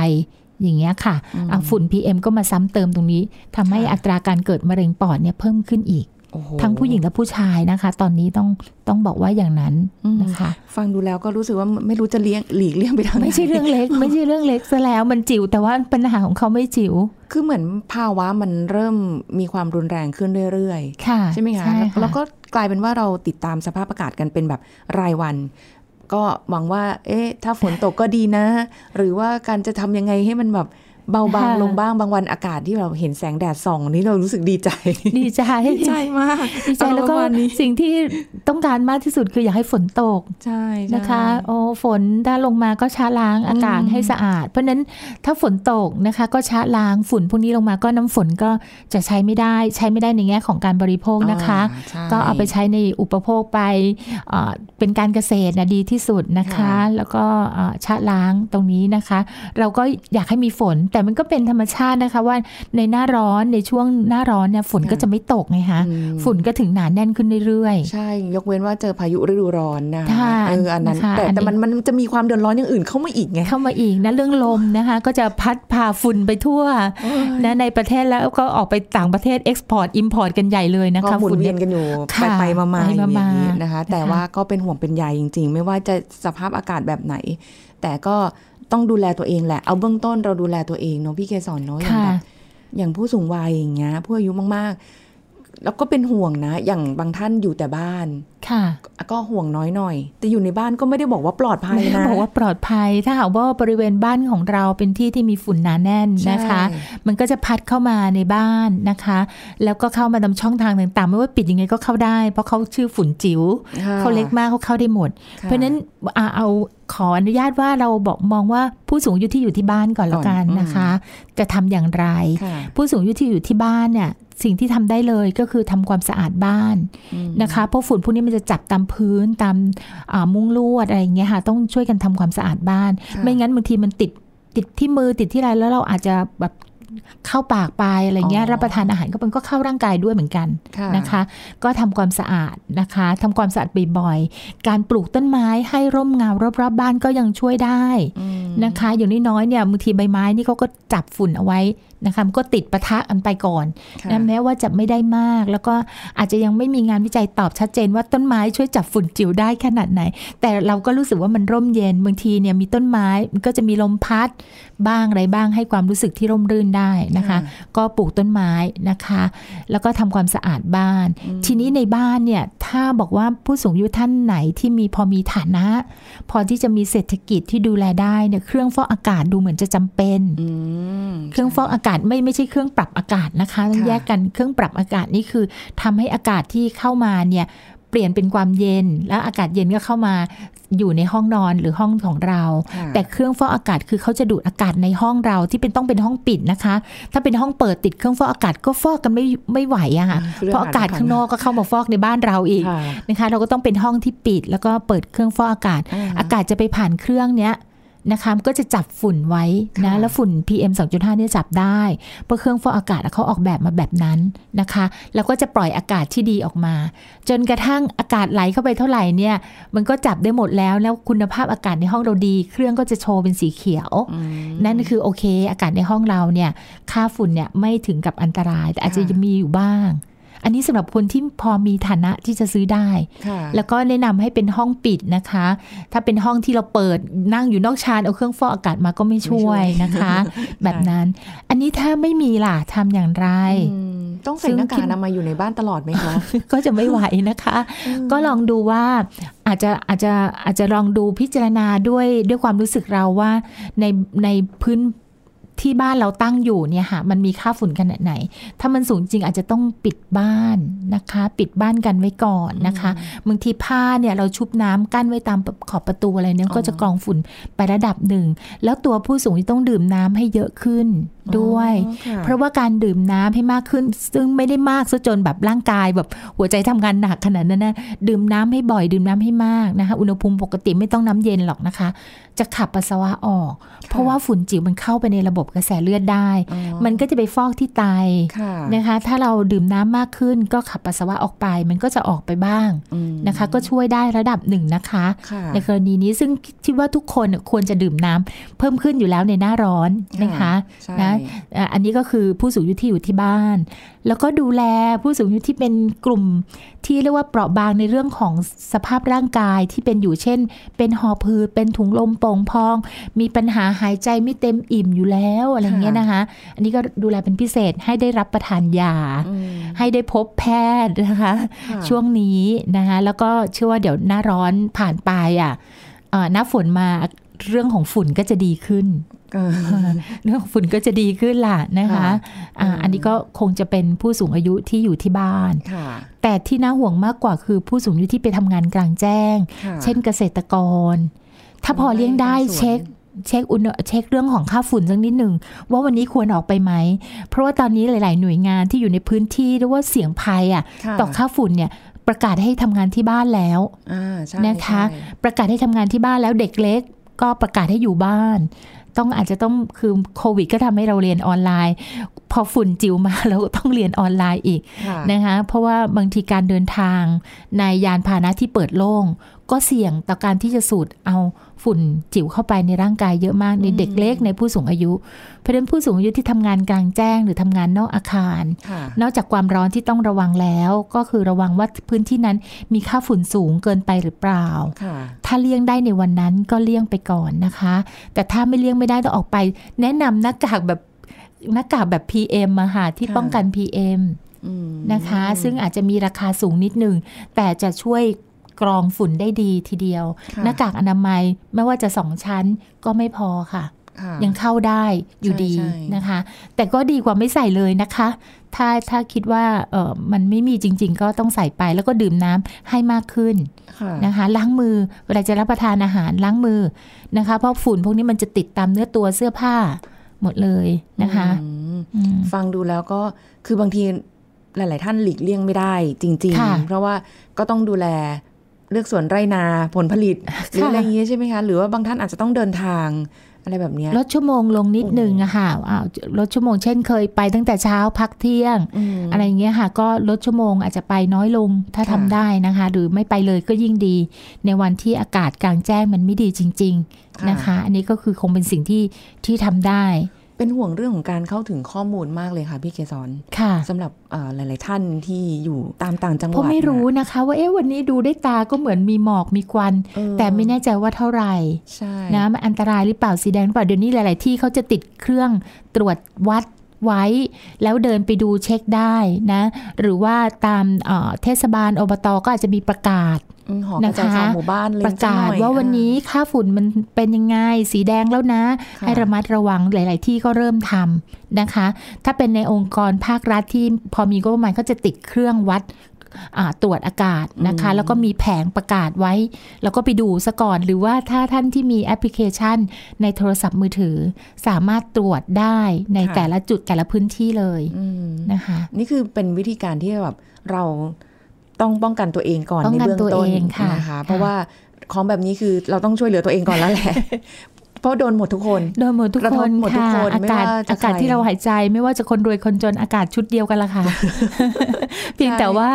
B: อย่างเงี้ยค่ะ
C: อืม
B: อ่ะ ฝุ่น PM ก็มาซ้ำเติมตรงนี้ทำให้
C: ค่ะ
B: อัตราการเกิดมะเร็งปอดเนี่ยเพิ่มขึ้นอีก
C: โอ้โ
B: ทั้งผู้หญิงและผู้ชายนะคะ ตอนนี้ต้องต้องบอกว่าอย่างนั้น
C: อืม [LAUGHS]
B: นะคะ
C: ฟังดูแล้วก็รู้สึกว่าไม่รู้จะเลี้ยงหลีกเลี่ยงไปทางหน
B: ไม่ใช่เรื่องเล็ก ไม่ใช่เรื่องเล็กซะแล้วมันจิ๋วแต่ว่าปัญหาของเขาไม่จิ๋ว
C: [LAUGHS] คือเหมือนภาวะมันเริ่มมีความรุนแรงขึ้นเรื่อยๆ
B: ค่ะ
C: ใช่ไหมคะแล้ว
B: ค่ะ
C: แล้วก็กลายเป็นว่าเราติดตามสภาพอากาศกันเป็นแบบรายวัน ก็หวังว่า เอ๊ะ ถ้าฝนตกก็ดีนะ [LAUGHS] หรือว่าการจะทำยังไงให้มันแบบเบาบาง
B: ค่ะ
C: ลงบ้างบางวันอากาศที่เราเห็นแสงแดดส่องนี่เรารู้สึกดีใจ
B: ดีใจ
C: ดีใจมาก
B: ดีใจแล้วก็
C: อารมณ์ประมาณนี้
B: สิ่งที่ต้องการมากที่สุดคืออยากให้ฝนตก
C: [LAUGHS] ใช่ใช่
B: นะคะโอ้ฝนถ้าลงมาก็ชะล้างอากาศ
C: อืม
B: ให้สะอาด เพราะฉะนั้นถ้าฝนตกนะคะก็ชะล้างฝุ่นพวกนี้ลงมาก็น้ำฝนก็จะใช้ไม่ได้ใช้ไม่ได้ในแง่ของการบริโภคนะคะ
C: อ่าใช่
B: ก็เอาไปใช้ในอุปโภคไปเอ่อเป็นการเกษตรนะดีที่สุดนะคะ
C: ค่ะ
B: แล้วก็เอ่อชะล้างตรงนี้นะคะ เราก็อยากให้มีฝนแต่มันก็เป็นธรรมชาตินะคะว่าในหน้าร้อนในช่วงหน้าร้อนเนี่ยฝนก็จะไม่ตกไงคะ
C: อืม
B: ฝุ่นก็ถึงหนาแน่นขึ้นเรื่อยๆ
C: ใช่ยกเว้นว่าเจอพายุฤดูร้อนนะ
B: ค่ะ
C: เอออันนั้น
B: นะคะ
C: แต่
B: อันนี้
C: แต่มันมันจะมีความเดือดร้อนอย่างอื่นเข้ามาอีกไง
B: เข้ามาอีกนะเรื่องลมนะคะ ก็จะพัดพาฝุ่นไปทั่ว
C: โอ้ย
B: นะในประเทศแล้วก็ออกไปต่างประเทศเอ็กซ์พอร์ตอิมพอร์ตกันใหญ่เลยนะ
C: ก็
B: คะ
C: หมุน
B: ฝุ่น
C: เวียนกันอยู่ไป
B: ค่ะ
C: ไปมามา
B: ไปมา
C: อย่างนี้
B: มาน
C: นะคะ แต่
B: นะคะ
C: ว่าก็เป็นห่วงเป็นใยจริง ๆ ไม่ว่าจะสภาพอากาศแบบไหน แต่ก็ต้องดูแลตัวเองแหละ เอาเบื้องต้นเราดูแลตัวเองเนาะพี่เกสอนเนาะอย่าง
B: ค่ะ
C: แบบอย่างผู้สูงวัยอย่างเงี้ยผู้อายุมากๆ แล้วก็เป็นห่วงนะ อย่างบางท่านอยู่แต่บ้าน
B: ค่ะ
C: ก็ห่วงน้อยหน่อย แต่อยู่ในบ้านก็ไม่ได้บอกว่าปลอดภัยนะ
B: บอกว่าปลอดภัย ถ้าหากว่าบริเวณบ้านของเราเป็นที่ที่มีฝุ่นหนาแน่นนะคะ
C: ใช่
B: มันก็จะพัดเข้ามาในบ้านนะคะ แล้วก็เข้ามาตามช่องทางต่างๆ ไม่ว่าปิดยังไงก็เข้าได้ เพราะเขาชื่อฝุ่นจิ๋ว
C: ค่ะ
B: เขาเล็กมากเขาเข้าได้หมด
C: ค่
B: เพราะฉะนั้นอ่าเอาขออนุญาตว่าเราบอกมองว่าผู้สูงอายุที่อยู่ที่บ้านก่อนแล้วกันนะคะ จะทำอย่างไร
C: ค่ะ
B: ผู้สูงอายุที่อยู่ที่บ้านเนี่ยสิ่งที่ทำได้เลยก็คือทำความสะอาดบ้าน
C: อืม
B: นะคะ เพราะฝุ่นพวกนี้มันจะจับตามพื้นตามอ่ามุ้งลวดอะไรอย่างเงี้ยค่ะต้องช่วยกันทำความสะอาดบ้าน
C: ค่ะ
B: ไม่งั้นบางทีมันติดติดที่มือติดที่อะไรแล้วเราอาจจะแบบเข้าปากไปอะไรเงี้ย
C: อ๋อ
B: รับประทานอาหารก็มันก็เข้าร่างกายด้วยเหมือนกัน
C: ค่ะ
B: นะคะก็ทำความสะอาดนะคะทำความสะอาดบ่อยๆ การปลูกต้นไม้ให้ร่มเงารอบๆบบ้านก็ยังช่วยได้
C: อืม
B: นะคะ อย่างน้อยๆเนี่ยบางทีใบไม้นี่เขาก็จับฝุ่นเอาไว้ นะคะมันก็ติดปะทะกันไปก่อน
C: ค่ะ
B: นะแม้ว่าจะไม่ได้มาก แล้วก็อาจจะยังไม่มีงานวิจัยตอบชัดเจนว่าต้นไม้ช่วยจับฝุ่นจิ๋วได้ขนาดไหน แต่เราก็รู้สึกว่ามันร่มเย็นบางทีเนี่ยมีต้นไม้มันก็จะมีลมพัดบ้างอะไรบ้างให้ความรู้สึกที่ร่มรื่นได้นะคะ
C: ค่ะ
B: ก็ปลูกต้นไม้นะคะ แล้วก็ทำความสะอาดบ้าน ทีนี้ในบ้านเนี่ยถ้าบอกว่าผู้สูงอายุท่านไหนที่มีพอมีฐานะ พอที่จะมีเศรษฐกิจที่ดูแลได้เนี่ยเครื่องฟอกอากาศดูเหมือนจะจำเป็น
C: อืม
B: เครื่องฟอกอากาศไม่ไม่ใช่เครื่องปรับอากาศนะคะต้อง
C: ค่ะ
B: แยกกันเครื่องปรับอากาศนี่คือทำให้อากาศที่เข้ามาเนี่ยเปลี่ยนเป็นความเย็น แล้วอากาศเย็นก็เข้ามาอยู่ในห้องนอนหรือห้องของเรา
C: ค่ะ
B: แต่เครื่องฟอกอากาศคือเขาจะดูดอากาศในห้องเราที่เป็นต้องเป็นห้องปิดนะคะ ถ้าเป็นห้องเปิดติดเครื่องฟอกอากาศก็ฟอกกันไม่ไม่ไหวอะค่ะ
C: ง
B: เพราะอากาศข้างนอกก็เข้ามาฟอกในบ้านเราอีก
C: ค่ะ
B: นะคะ เราก็ต้องเป็นห้องที่ปิด แล้วก็เปิดเครื่องฟอกอากาศ
C: อา
B: อาก
C: าศ
B: กาศจะไปผ่านเครื่องเนี้ยนะคะมันก็จะจับฝุ่นไว้นะ
C: ค่ะ
B: แล้วฝุ่น PM 2.5เนี่ยจับได้ เพราะเครื่องฟอกอากาศเขาออกแบบมาแบบนั้นนะคะ แล้วก็จะปล่อยอากาศที่ดีออกมา จนกระทั่งอากาศไหลเข้าไปเท่าไหร่เนี่ย มันก็จับได้หมดแล้วแล้วคุณภาพอากาศในห้องเราดี เครื่องก็จะโชว์เป็นสีเขียว นั่นคือโอเค อากาศในห้องเราเนี่ยค่าฝุ่นเนี่ยไม่ถึงกับอันตราย แต่อาจจะยังมีอยู่บ้าง อันนี้สำหรับคนที่พอมีฐานะที่จะซื้อได้
C: ค่ะ
B: แล้วก็แนะนำให้เป็นห้องปิดนะคะ ถ้าเป็นห้องที่เราเปิดนั่งอยู่นอกชานเอาเครื่องฟอกอากาศมาก็ไม่ช่วยนะคะ แบบนั้น อันนี้ถ้าไม่มีล่ะทำอย่างไร
C: อืมต้องใส่หน้ากากอนามัยอยู่ในบ้านตลอดไหมคะ
B: [LAUGHS] ก็จะไม่ไหวนะคะ ก็ลองดูว่าอาจจะอาจจะอาจจะลองดูพิจารณาด้วยด้วยความรู้สึกเราว่าในในพื้นที่บ้านเราตั้งอยู่เนี่ยค่ะมันมีค่าฝุ่นขนาดไหน ถ้ามันสูงจริงอาจจะต้องปิดบ้านนะคะ ปิดบ้านกันไว้ก่อนนะคะบางทีผ้าเนี่ยเราชุบน้ำกั้นไว้ตามขอบประตูอะไรเนี่ยก็จะกรองฝุ่นไประดับหนึ่ง แล้วตัวผู้สูงอายุต้องดื่มน้ำให้เยอะขึ้นด้วย
C: อ๋อ [LAUGHS] ค่ะ
B: เพราะว่าการดื่มน้ำให้มากขึ้น ซึ่งไม่ได้มากซะจนแบบร่างกายแบบหัวใจทำงานหนักขนาดนั้นนะดื่มน้ำให้บ่อยดื่มน้ำให้มากนะคะ อุณหภูมิปกติไม่ต้องน้ำเย็นหรอกนะคะ จะขับปัสสาวะออก เพราะว่าฝุ่นจิ๋วมันเข้าไปในระบบกระแสเลือดได้
C: อ๋อ
B: มันก็จะไปฟอกที่ไต
C: ค่ะ
B: นะคะ ถ้าเราดื่มน้ำมากขึ้น ก็ขับปัสสาวะออกไป มันก็จะออกไปบ้าง
C: อืม
B: นะคะ ก็ช่วยได้ระดับหนึ่งนะคะ
C: ค่ะ
B: ในกรณีนี้ซึ่งคิดว่าทุกคนควรจะดื่มน้ำเพิ่มขึ้นอยู่แล้วในหน้าร้อนนะคะ
C: ใช่
B: นะ อ่ะอันนี้ก็คือผู้สูงอายุที่อยู่ที่บ้าน แล้วก็ดูแลผู้สูงอายุที่เป็นกลุ่มที่เรียกว่าเปราะบางในเรื่องของสภาพร่างกายที่เป็นอยู่เช่น เป็นหอบหืดเป็นถุงลมโป่งพอง มีปัญหาหายใจไม่เต็มอิ่มอยู่แล้วอะไรอย่างเงี้ยนะคะ อันนี้ก็ดูแลเป็นพิเศษให้ได้รับประทานยา
C: อืม
B: ให้ได้พบแพทย์นะคะ
C: ค่ะ
B: ช่วงนี้นะคะแล้วก็เชื่อว่าเดี๋ยวหน้าร้อนผ่านไปอ่ะเอ่อหน้าฝนมาเรื่องของฝุ่นก็จะดีขึ้น
C: เออ
B: เรื่องของฝุ่นก็จะดีขึ้นล่ะนะคะ
C: ค่ะ
B: อ่า
C: อืม
B: อันนี้ก็คงจะเป็นผู้สูงอายุที่อยู่ที่บ้าน
C: ค่ะ
B: แต่ที่น่าห่วงมากกว่าคือผู้สูงอายุที่ไปทำงานกลางแจ้ง
C: ค่ะ
B: เช่นเกษตรกร ถ้าพอเลี้ยงได้
C: ไร่ทำสวน
B: เช็คเช็คอุณหเช็คเรื่องของค่าฝุ่นสักนิดหนึ่งว่าวันนี้ควรออกไปไหม เพราะว่าตอนนี้หลาย ๆ หน่วยงานที่อยู่ในพื้นที่หรือว่าเสี่ยงภัยอ่ะ
C: ค่ะ
B: ต่อค่าฝุ่นเนี่ยประกาศให้ทำงานที่บ้านแล้ว
C: อ่าใช่
B: นะคะ
C: ใช่
B: ประกาศให้ทำงานที่บ้านแล้วเด็กเล็ก ก็ประกาศให้อยู่บ้าน ต้องอาจจะต้องคือโควิดก็ทำให้เราเรียนออนไลน์ พอฝุ่นจิ๋วมา เราก็ต้องเรียนออนไลน์อีก
C: ค่ะ
B: นะคะเพราะว่าบางทีการเดินทางในยานพาหนะที่เปิดโล่ง ก็เสี่ยงต่อการที่จะสูดเอาฝุ่นจิ๋วเข้าไปในร่างกายเยอะมากในเด็กเล็กในผู้สูงอายุ เพราะฉะนั้นผู้สูงอายุที่ทำงานกลางแจ้งหรือทำงานนอกอาคาร
C: ค่ะ
B: นอกจากความร้อนที่ต้องระวังแล้ว ก็คือระวังว่าพื้นที่นั้นมีค่าฝุ่นสูงเกินไปหรือเปล่า
C: ค่ะ
B: ถ้าเลี่ยงได้ในวันนั้นก็เลี่ยงไปก่อนนะคะ แต่ถ้าไม่เลี่ยงไม่ได้ต้องออกไป แนะนำหน้ากากแบบหน้ากากแบบ PM มาค่ะที่ป้องกัน PM
C: อืม
B: นะคะ ซึ่งอาจจะมีราคาสูงนิดหนึ่งแต่จะช่วยกรองฝุ่นได้ดีทีเดียว
C: ค่ะ
B: หน้ากากอนามัยไม่ว่าจะสองชั้นก็ไม่พอค่ะ
C: ค่ะ
B: ยังเข้าได้อยู่ดี
C: ใช่ใช่
B: นะคะ แต่ก็ดีกว่าไม่ใส่เลยนะคะ ถ้าถ้าคิดว่าเออมันไม่มีจริง ๆ ก็ต้องใส่ไปแล้วก็ดื่มน้ำให้มากขึ้น
C: ค่ะ
B: นะคะล้างมือเวลาจะรับประทานอาหารล้างมือนะคะ เพราะฝุ่นพวกนี้มันจะติดตามเนื้อตัวเสื้อผ้าหมดเลยนะคะ
C: อืม
B: อืม
C: ฟังดูแล้วก็คือบางทีหลาย ๆ ท่านหลีกเลี่ยงไม่ได้จริง
B: ค่ะ
C: ๆ เพราะว่าก็ต้องดูแลเลือกสวนไร่นาผลผลิตหรือ
B: ค่ะ
C: อะไรอย่างเงี้ยใช่ไหมคะ หรือว่าบางท่านอาจจะต้องเดินทางอะไรแบบเนี้ย
B: ลดชั่วโมงลงนิดนึงอะค่ะอ้าวลดชั่วโมงเช่นเคยไปตั้งแต่เช้าพักเที่ยง
C: อืม
B: อะไรอย่างเงี้ยค่ะ ก็ลดชั่วโมงอาจจะไปน้อยลงถ้า
C: ค่ะ
B: ทำได้นะคะ หรือไม่ไปเลยก็ยิ่งดี ในวันที่อากาศกลางแจ้งมันไม่ดีจริง ๆ นะคะ อันนี้ก็คือคงเป็นสิ่งที่ที่ทำได้
C: เป็นห่วงเรื่องของการเข้าถึงข้อมูลมากเลยค่ะพี่เกษร
B: ค่ะ
C: สำหรับเอ่อหลาย ๆ ท่านที่อยู่ตามต่างจังห
B: เพ
C: วัด
B: ราะไม่รู้
C: น่ะ
B: นะคะ ว่าเอ๊ะวันนี้ดูด้วยตาก็เหมือนมีหมอกมีควัน
C: เออ
B: แต่ไม่แน่ใจว่าเท่าไหร่
C: ใช่
B: นะมันอันตรายหรือเปล่าสีแดงหรือเปล่าเดี๋ยวนี้หลาย ๆ ที่เขาจะติดเครื่องตรวจวัดไว้ แล้วเดินไปดูเช็คได้นะ หรือว่าตามเอ่อเทศบาลอบตก็อาจจะมีประกาศ
C: อืมหอกระ
B: นะ
C: จาย
B: คะ
C: ข่าวหมู่บ้านเลย
B: ประกาศ
C: สัหน่อย
B: ว่าวันนี้ค่าฝุ่นมันเป็นยังไง สีแดงแล้วนะ
C: ค่
B: ให้ระมัดระวังหลาย ๆ ที่ก็เริ่มทำนะคะ ถ้าเป็นในองค์กรภาครัฐที่พอมีก็ประมาณก็จะติดเครื่องวัดอ่าตรวจอากาศนะคะ แล้วก็มีแผงประกาศไว้ แล้วก็ไปดูซะก่อน หรือว่าถ้าท่านที่มีแอปพลิเคชัน ในโทรศัพท์มือถือ สามารถตรวจได้ในแต่ละจุดแต่ละพื้นที่เลย
C: อืม
B: นะคะ
C: นี่คือเป็นวิธีการที่แบบเราต้องป้องกันตัวเองก่อน
B: ป้อง
C: ใน
B: กัน
C: เบื้อง
B: ตัว
C: ต้น
B: เองค่ะ
C: นะคะ เพราะ
B: ค่ะ
C: ว่าของแบบนี้คือเราต้องช่วยเหลือตัวเองก่อนแล้วแหละ [LAUGHS] เพราะโดนหมดทุกคน
B: โดนหมดทุก
C: กระ
B: ค
C: ทบ
B: น
C: หมดทุก
B: ค่ะ
C: คน
B: อา
C: ไม่
B: กาศ
C: ว่าจะ
B: อากาศ
C: ใคร
B: ที่เราหายใจไม่ว่าจะคนรวยคนจนอากาศชุดเดียวกัน
C: [LAUGHS]
B: ละค่ะ เพียงแต่ว่า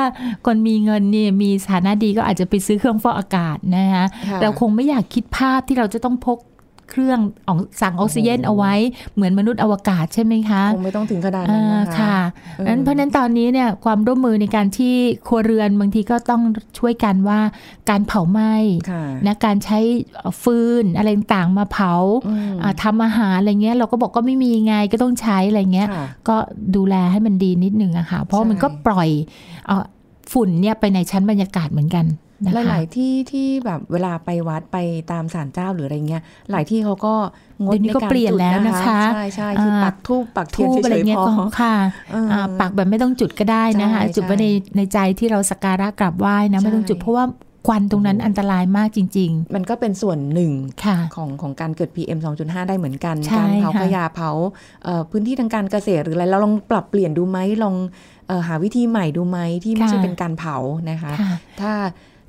B: คนมีเงินเนี่ยมีฐานะดีก็อาจจะไปซื้อเครื่องฟอกอากาศนะคะ
C: ค่ะ
B: เราคงไม่อยากคิดภาพที่เราจะต้องพกเครื่องออกสั่งออกซิเจนเอาไว้ เหมือนมนุษย์อวกาศใช่ไหมคะ
C: คงไม่ต้องถึงขนาดนั้นนะ
B: อ่า
C: คะ
B: ค่ะนั้นเพราะฉะนั้นตอนนี้เนี่ยความร่วมมือในการที่ครัวเรือนบางทีก็ต้องช่วยกันว่าการเผาไหม้
C: ค่ะ
B: นะการใช้ฟืนอะไรต่างๆมาเผา
C: อืม
B: อ่าทำอาหารอะไรเงี้ยเราก็บอกก็ไม่มีไงก็ต้องใช้อะไรเงี้ย
C: ค่ะ
B: ก็ดูแลให้มันดีนิดนึงอะค่ะ เพราะ
C: ใช่
B: มันก็ปล่อยเอ่อฝุ่นเนี่ยไปในชั้นบรรยากาศเหมือนกันนะคะ
C: หลาย ๆ ที่ที่แบบเวลาไปวัดไปตามศาลเจ้าหรืออะไรเงี้ย หลายที่เขาก็งด
B: เดี๋ยวนี้ก็
C: ใาร
B: เปลี่ยน
C: จุด
B: แล้วนะคะ
C: ใช่ใช่คือปักทูบปัก
B: ทู
C: เทียน
B: บ
C: เฉ
B: อะไร
C: ย
B: เงี้ย
C: ๆพอ
B: ก็ค่ะอ่าปักแบบไม่ต้องจุดก็ได้นะคะ
C: ใช่
B: จุดไว้ในในใจที่เราสักการะกราบไหว้นะ ไม่ต้องจุด
C: ใช่
B: เพราะว่าควันตรงนั้นอันตรายมากจริง
C: มันก็เป็นส่วนหนึ่ง
B: ๆ ค่ะ
C: ของของการเกิด PM 2.5 ได้เหมือนกัน
B: ใช่
C: การเผา
B: ค่ะ
C: ขยะเผาเอ่อพื้นที่ทางการเกษตรหรืออะไรเราลองปรับเปลี่ยนดูไหมลองเอ่อหาวิธีใหม่ดูไหมที่ไม่ใช่
B: ค่ะ
C: เป็นการเผานะคะ
B: ค่ะ
C: ถ้า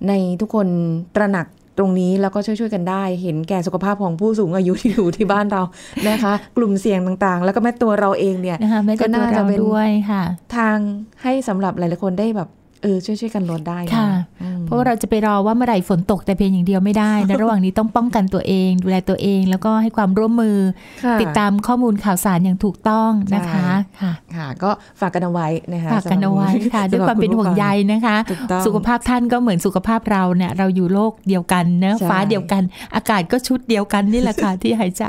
C: ในทุกคนตระหนักตรงนี้แล้วก็ช่วย ๆ กันได้ เห็นแก่สุขภาพของผู้สูงอายุที่อยู่ที่บ้านเรานะคะ [LAUGHS] กลุ่มเสี่ยงต่างๆ แล้วก็แม้ตัวเราเองเนี่ย
B: นะคะแม้
C: ก็
B: จะตัว
C: น่าจะ
B: เรา
C: เป็น
B: ด้วยค่ะ
C: ทางให้สำหรับหลายๆคนได้แบบ เออ ช่วย ๆ กันลดได้น
B: ค่ะ
C: อืม
B: เพราะว่าเราจะไปรอว่าเมื่อไหร่ฝนตกแต่เพียงอย่างเดียวไม่ได้ในะระหว่างนี้ต้องป้องกันตัวเอง ดูแลตัวเอง แล้วก็ให้ความร่วมมือ
C: ค่ะ
B: ติดตามข้อมูลข่าวสารอย่างถูกต้องนะคะ
C: ใช่
B: ค่ะ
C: ค่ะ ก็ฝากกันเอาไว้นะคะ
B: ฝากกันเอาไว้ค่ะ
C: สำหรับ
B: ด้วยความเป็นห่วงใยนะคะ
C: ถูกต้อง
B: สุขภาพท่านก็เหมือนสุขภาพเราเนี่ยเราอยู่โลกเดียวกันเนอะ
C: ใช่
B: ฟ้าเดียวกัน อากาศก็ชุดเดียวกันนี่แหละค่ะ ที่หายใจ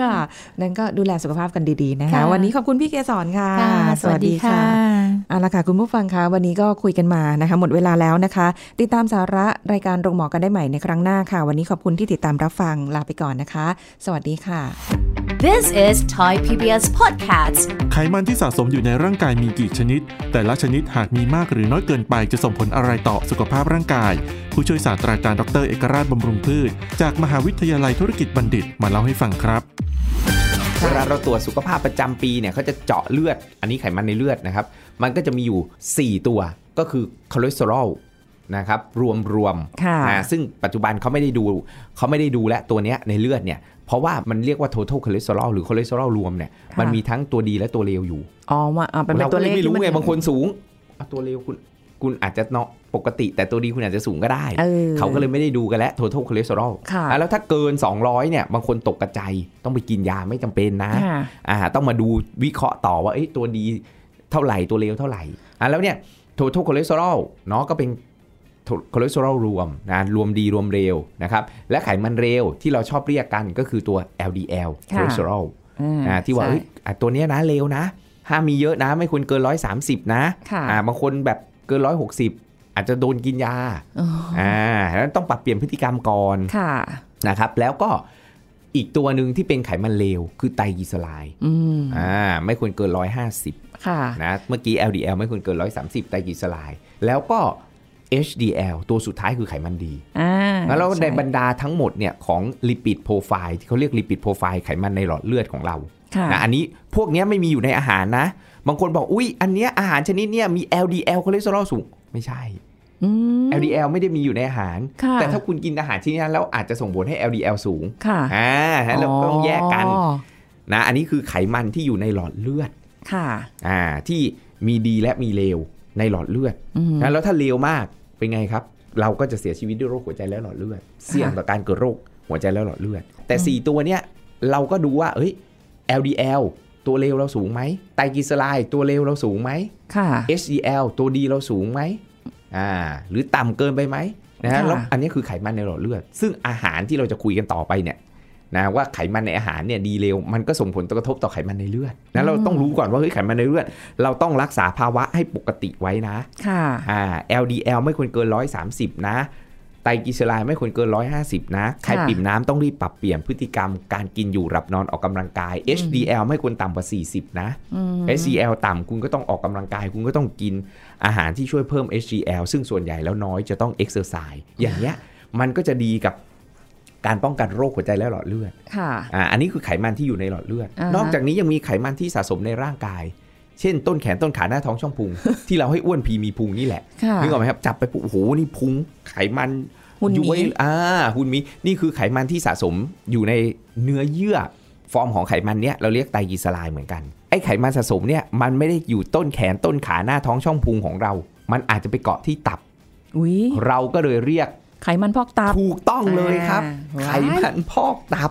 C: ค่ะนั้นก็ดูแลสุขภาพกันดี ๆ นะคะ
B: ค่ะ
C: วันนี้ขอบคุณพี่เกษรค่ะ
B: ค่ะ สวัสดีค่ะ
C: เอาละค่ะ คุณผู้ฟังคะวันนี้ก็คุยกันมานะคะ หมดเวลาแล้วนะคะ ติดตามสาระรายการโรงหมอกันได้ใหม่ในครั้งหน้าค่ะ วันนี้ขอบคุณที่ติดตามรับฟังลาไปก่อนนะคะ สวัสดีค่ะ
A: This is Thai PBS Podcast.
D: ไขมันที่สะสมอยู่ในร่างกายมีกี่ชนิด แต่ละชนิดหากมีมากหรือน้อยเกินไปจะส่งผลอะไรต่อสุขภาพร่างกาย ผู้ช่วยศาสตราจารย์ดรเอกราชบำรุงพืช จากมหาวิทยาลัยธุรกิจบัณฑิตมาเล่าให้ฟังครับ
E: เวลาเราตรวจสุขภาพประจำปีเนี่ยเขาจะเจาะเลือด อันนี้ไขมันในเลือดนะครับ มันก็จะมีอยู่ 4 ตัวก็คือคอเลสเตอรอลนะครับรวมรวมๆ
C: ค่ะ
E: นะซึ่งปัจจุบันเขาไม่ได้ดูเขาไม่ได้ดูและตัวเนี้ยในเลือดเนี่ยเพราะว่ามันเรียกว่า total cholesterol หรือ cholesterol รวมเนี่ยมัน
C: ค่ะ
E: มีทั้งตัวดีและตัวเลวอยู่
C: อ๋อว่าอ่าเป็นเป็น
E: เรา
C: ตั
E: ก็
C: ว
E: เล
C: เลย ข
E: ไม่รู้
C: ที่
E: ไงบางคนสูงอ่ะตัวเลวคุณคุณอาจจะเนาะปกติ แต่ตัวดีคุณอาจจะสูงก็ได้
C: เออ
E: เขาก็เลยไม่ได้ดูกันแล้ว total cholesterol
C: ค่ะ
E: อ่ะแล้วถ้าเกิน 200เนี่ยบางคนตกกระจายต้องไปกินยาไม่จำเป็นนะ
C: ค่ะ
E: อ่าต้องมาดูวิเคราะห์ต่อว่าเอ้ยตัวดีเท่าไหร่ตัวเลวเท่าไหร่อ่าแล้วเนี่ย total cholesterol เนาะก็เป็น คอเลสเตอรอลรวมนะรวมดีรวมเร็วนะครับ และไขมันเร็วที่เราชอบเรียกกันก็คือตัว LDL
C: ค่ะ
E: คอเลสเตอรอล
C: อืม
E: อ่าที่ว่า
C: ใช่
E: เอ้ยอ่ะตัวเนี้ยนะเร็วนะห้ามมีเยอะนะไม่ควรเกิน 130 นะ
C: ค่ะ
E: อ่าบางคนแบบเกิน 160 อาจจะโดนกินยา
C: อ๋ออ่
E: อ่าดังนั้นต้องปรับเปลี่ยนพฤติกรรมก่อน
C: ค่ะ
E: นะครับแล้วก็อีกตัวหนึ่งที่เป็นไขมันเลวคือไตรกลีเซอไรด์
C: อืม
E: อ่าไม่ควรเกิน 150
C: ค่ะ
E: นะเมื่อกี้ LDL ไม่ควรเกิน 130 ไตรกลีเซอไรด์แล้วก็ HDL ตัวสุดท้ายคือไขมันดี
C: อ่า
E: แล้วใน
C: ช่
E: บรรดาทั้งหมดเนี่ยของลิปิดโปรไฟล์ที่เขาเรียกลิปิดโปรไฟล์ไขมันในหลอดเลือดของเรา
C: ค่ะ
E: นะอันนี้พวกเนี้ยไม่มีอยู่ในอาหารนะ บางคนบอกอุ้ยอันเนี้ยอาหารชนิดเนี้ยมี LDL คอเลสเตอรอลสูงไม่ใช่
C: อืม
E: LDL ไม่ได้มีอยู่ในอาหาร
C: ค่ะ
E: แต่ถ้าคุณกินอาหารชนิดนั้นแล้วอาจจะส่งผลให้ LDL สูง
C: ค่ะ
E: อ่าฮะเราก็ต้องแยกกัน
C: อ๋อ
E: นะอันนี้คือไขมันที่อยู่ในหลอดเลือด
C: ค่ะ
E: อ่าที่มีดีและมีเลวในหลอดเลือด
C: อืม
E: นะแล้วถ้าเลวมากเป็นไงครับ เราก็จะเสียชีวิตด้วยโรคหัวใจและหลอดเลือด เสี่ยงต่อการเกิดโรคหัวใจและหลอดเลือด แต่ 4 ตัวเนี้ยเราก็ดูว่าเอ้ย LDL ตัวเลวเราสูงไหมไตรกลีเซอไรด์ตัวเลวเราสูงไหม
C: ค่ะ
E: HDL ตัวดีเราสูงไหมอ่า หรือต่ำเกินไปไหมนะฮะ
C: ค่ะ
E: แล้วอันนี้คือไขมันในหลอดเลือด ซึ่งอาหารที่เราจะคุยกันต่อไปเนี่ยนะว่าไขมันในอาหารเนี่ยดีเร็ว มันก็ส่งผลกระทบต่อไขมันในเลือดนะเราต้องรู้ก่อนว่าเฮ้ยไขมันในเลือด เราต้องรักษาภาวะให้ปกติไว้นะ
C: ค่ะ
E: อ่า LDL ไม่ควรเกิน 130 นะ ไตรกลีเซอไรด์ไม่ควรเกิน 150 นะ ใคร
C: ค่ะ
E: ปิ่มน้ำต้องรีบปรับเปลี่ยนพฤติกรรมการกินอยู่รับนอนออกกำลังกาย HDL ไม่ควรต่ำกว่า 40 นะ
C: อืม
E: HDL ต่ำคุณก็ต้องออกกำลังกาย คุณก็ต้องกินอาหารที่ช่วยเพิ่ม HDL ซึ่งส่วนใหญ่แล้วน้อยจะต้องเอ็กซ์เซอร์ไซส์อย่างเงี้ยมันก็จะดีกับการป้องกันโรคหัวใจและหลอดเลือด
C: ค่ะ
E: อ่าอันนี้คือไขมันที่อยู่ในหลอดเลือด
C: อ่าฮะ
E: นอกจากนี้ยังมีไขมันที่สะสมในร่างกาย เช่นต้นแขนต้นขาหน้าท้องช่องพุง ที่เราให้อ้วนพีมีพุงนี่แหละ
C: ค่ะ
E: นึกออกไหมครับจับไปปุ๊บโอ้โหนี่พุงไขมัน
C: หุ่นห
E: ย้วย
C: มี
E: อ่าหุ่นมีนี่คือไขมันที่สะสมอยู่ในเนื้อเยื่อ ฟอร์มของไขมันเนี่ยเราเรียกไตรกลีเซอไรด์เหมือนกันไอ้ไขมันสะสมเนี่ยมันไม่ได้อยู่ต้นแขนต้นขาหน้าท้องช่องพุงของเรา มันอาจจะไปเกาะที่ตับ
C: อุ้ย
E: เราก็เลยเรียก
C: ไขมันพอกตับ
E: ถูกต้องเลยครับ
C: อ่า
E: ไขมันพอกตับ